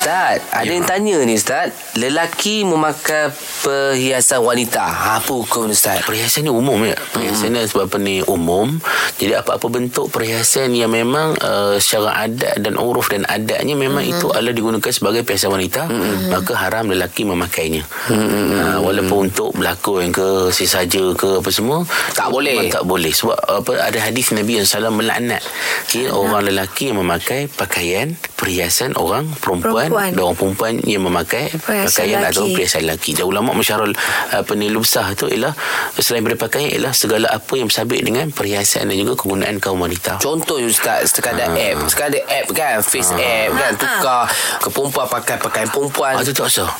Ustaz, ada yang tanya ni Ustaz Lelaki memakai perhiasan wanita Apa hukum ni Ustaz? Perhiasan ni umum ya. Perhiasan hmm. sebab apa ni umum. Jadi apa-apa bentuk perhiasan yang memang uh, secara adat dan uruf dan adatnya memang hmm. itu adalah digunakan sebagai perhiasan wanita, hmm. maka haram lelaki memakainya. Hmm. Uh, walaupun untuk berlakon ke sesaja ke apa semua, tak boleh. Tak boleh sebab apa ada hadis Nabi yang salam melaknat ya, orang lelaki yang memakai pakaian perhiasan orang perempuan, Perempuan. perempuan. dan orang perempuan yang memakai Perhiasan pakaian lelaki. atau perhiasan lelaki. Dan ulama masyarul apa ni lubsah uh, tu ialah selain daripada pakaian ialah segala apa yang bersabit dengan perhiasan dan juga kegunaan kaum wanita. Contohnya Ustaz Sekadar ha. app Sekarang ada app kan Face app Ah. kan Tukar ke perempuan Pakai pakaian perempuan Ah, itu tak sah.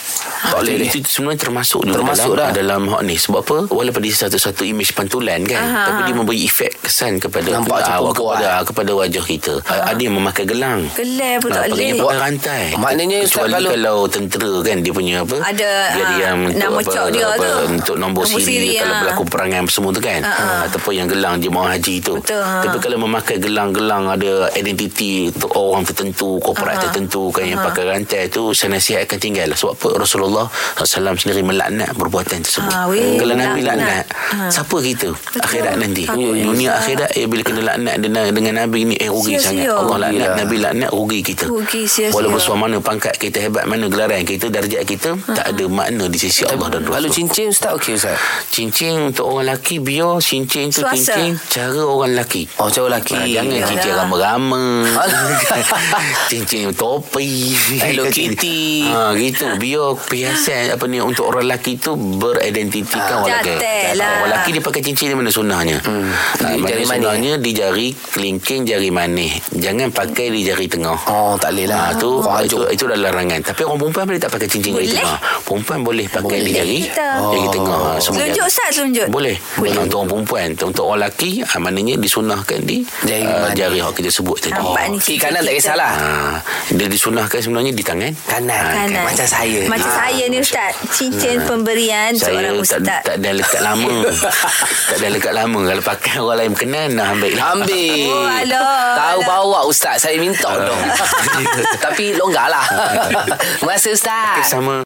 Tak boleh. Itu, itu sebenarnya termasuk juga Termasuk dalam, dah. dalam hak ni. Sebab apa? Walaupun dia satu-satu imej pantulan kan. Aha. Tapi dia memberi efek kesan kepada Nampak macam ah, perempuan. kepada, kepada wajah kita. Ah, Ada yang memakai gelang. Gelar pun tak Ah, boleh. Pakai buat rantai. Maknanya, Ustaz, kecuali kalau- kalau, kalau tentera kan dia punya apa? Ada, gelar ah, yang untuk nama apa, cok dia apa, tu. Untuk nombor, Nombor siri, siri, kalau ah. berlaku perangai apa semua tu kan. Ataupun yang gelang jemaah haji tu. Betul, ah. Tapi kalau memakai gelang-gelang ada identiti untuk orang tertentu, Ah, korporat tertentu kan yang pakai rantai tu saya nasihatkan tinggal lah. sebab apa Rasulullah SAW sendiri melaknat perbuatan tersebut. Ah, weh, Ah. kalau Nabi laknat. laknat, siapa kita? Akhirat nanti. Takut Dunia akhirat eh bila kena laknat dengan, dengan Nabi ni eh rugi Sia-sia. sangat. Allah laknat Rugilah. Nabi laknat rugi kita. Rugi, sia-sia. Walaupun suara mana pangkat kita hebat mana gelaran kita darjat kita tak ada makna di sisi Allah dan Rasul. Kalau cincin Ustaz okey Ustaz Cincin untuk orang lelaki biar cincin tu Suasa. cincin cara orang lelaki. Oh cowok lelaki Ah, jangan iyalah. cincin rama-rama. Alah. cincin topi. Hello Kitty. Ha, gitu. Biar perhiasan apa ni untuk orang lelaki tu beridentitikan orang lelaki. Jatel lah. Orang lelaki dia pakai cincin di mana sunnahnya. Ah. Hmm. Di jari jari manis. sunnahnya di jari kelingking jari manis. Jangan pakai di jari tengah. Oh tak boleh lah Ah, tu, oh, itu, itu adalah larangan. Tapi orang perempuan boleh tak pakai cincin jari Boleh. tengah. Perempuan boleh pakai di Boleh jari kita. jari Oh. tengah. Ah, semua Telunjuk jari. Ustaz telunjuk. Boleh. Boleh. Untuk orang perempuan. Untuk orang lelaki, ah, maknanya disunahkan di Jari jari, uh, manis. jari yang kita sebut tadi. Nampak ni Kiri cincin kanan tak kita. kisahlah Ah, dia disunahkan sebenarnya di tangan. Kanan, Ah, Kanan. Kan, Macam saya lah. Macam Ah. saya ni Ustaz. Cincin pemberian Saya seorang tak, Ustaz. tak ada lekat lama Tak ada lekat lama Kalau pakai orang lain berkenan Nah ambil lah Ambil Oh, alah, Tahu alah. bawa Ah. Ustaz Saya minta dong Tapi longgar lah Masa Ustaz Sama